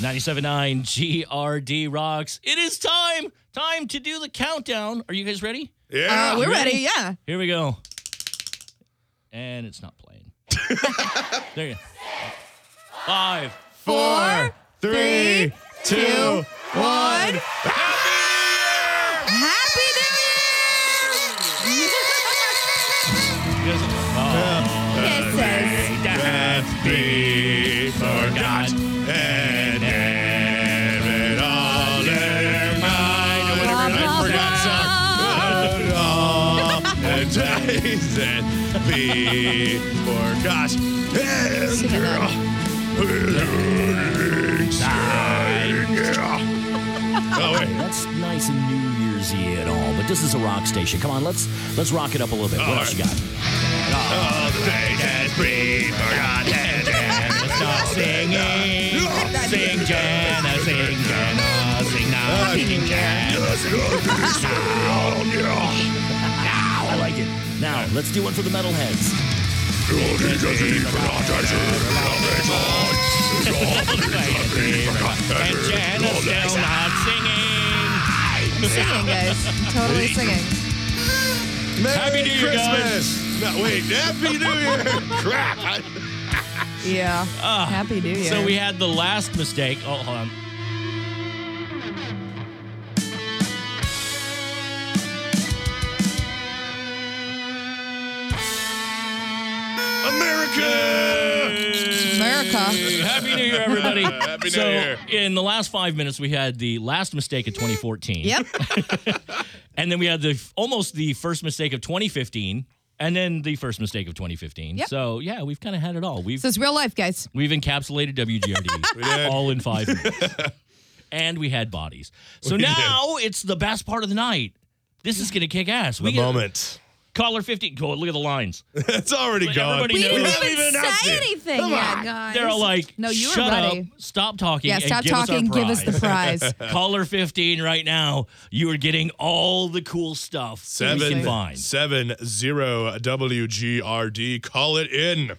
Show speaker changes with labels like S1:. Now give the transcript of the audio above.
S1: 979 GRD rocks. It is time. Time to do the countdown. Are you guys ready?
S2: Uh,
S3: Yeah.
S2: we're
S1: Ready?
S2: ready. Yeah.
S1: Here we go. And it's not playing. there you go. Five,
S2: Four,
S1: three,
S2: two, one. Happy New Year!
S1: Yes. Oh,
S2: Kisses.
S3: Death be forgot and heaven all in mind. Or whatever,
S2: Blah,
S3: I forgot song. And all that be forgot and Oh, wait.
S4: That's nice and New Year's Eve and all, but this is a rock station. Come on, let's let's rock it up a little bit. What
S3: All
S4: else you
S3: right.
S4: got?
S3: All that be forgot and
S1: let's not sing it. Sing Jana, sing Jana, sing now, sing Jana.
S4: I like it. Now let's do one for the metalheads.
S1: And Jana's still not singing.
S2: Singing, guys. Totally singing.
S3: Merry
S1: Happy New Year,
S3: Christmas. No, wait. Happy New Year. Crap. I-
S2: Yeah. Happy New Year.
S1: So we had the last mistake. Oh, hold on.
S3: America.
S2: America.
S1: Happy New Year, everybody.
S3: Happy New
S1: so,
S3: Year.
S1: in the last five minutes, we had the last mistake of 2014.
S2: Yep.
S1: And then we had the almost the first mistake of 2015, and then the first mistake of 2015.
S2: Yep.
S1: So yeah, we've kind of had it all. We've
S2: This is real life, guys.
S1: we've encapsulated WGRD
S3: did.
S1: all in five minutes, and we had bodies. So
S3: We did.
S1: now it's the best part of the night. This is gonna kick ass.
S3: The
S1: get-
S3: moment.
S1: caller 50. Go look at the lines.
S3: It's already
S1: Like,
S3: gone.
S1: everybody We knows.
S3: haven't even announced it.
S2: anything
S3: Come
S2: yet,
S3: on.
S2: guys.
S1: They're all like,
S2: No, you were
S1: shut up,
S2: ready.
S1: stop talking,
S2: yeah,
S1: and
S2: stop
S1: give
S2: talking.
S1: Us our
S2: Give us the
S1: prize."
S2: prize.
S1: Caller 15 right now. You are getting all the cool stuff we can
S3: Seven
S1: find.
S3: seven zero WGRD. Call it in.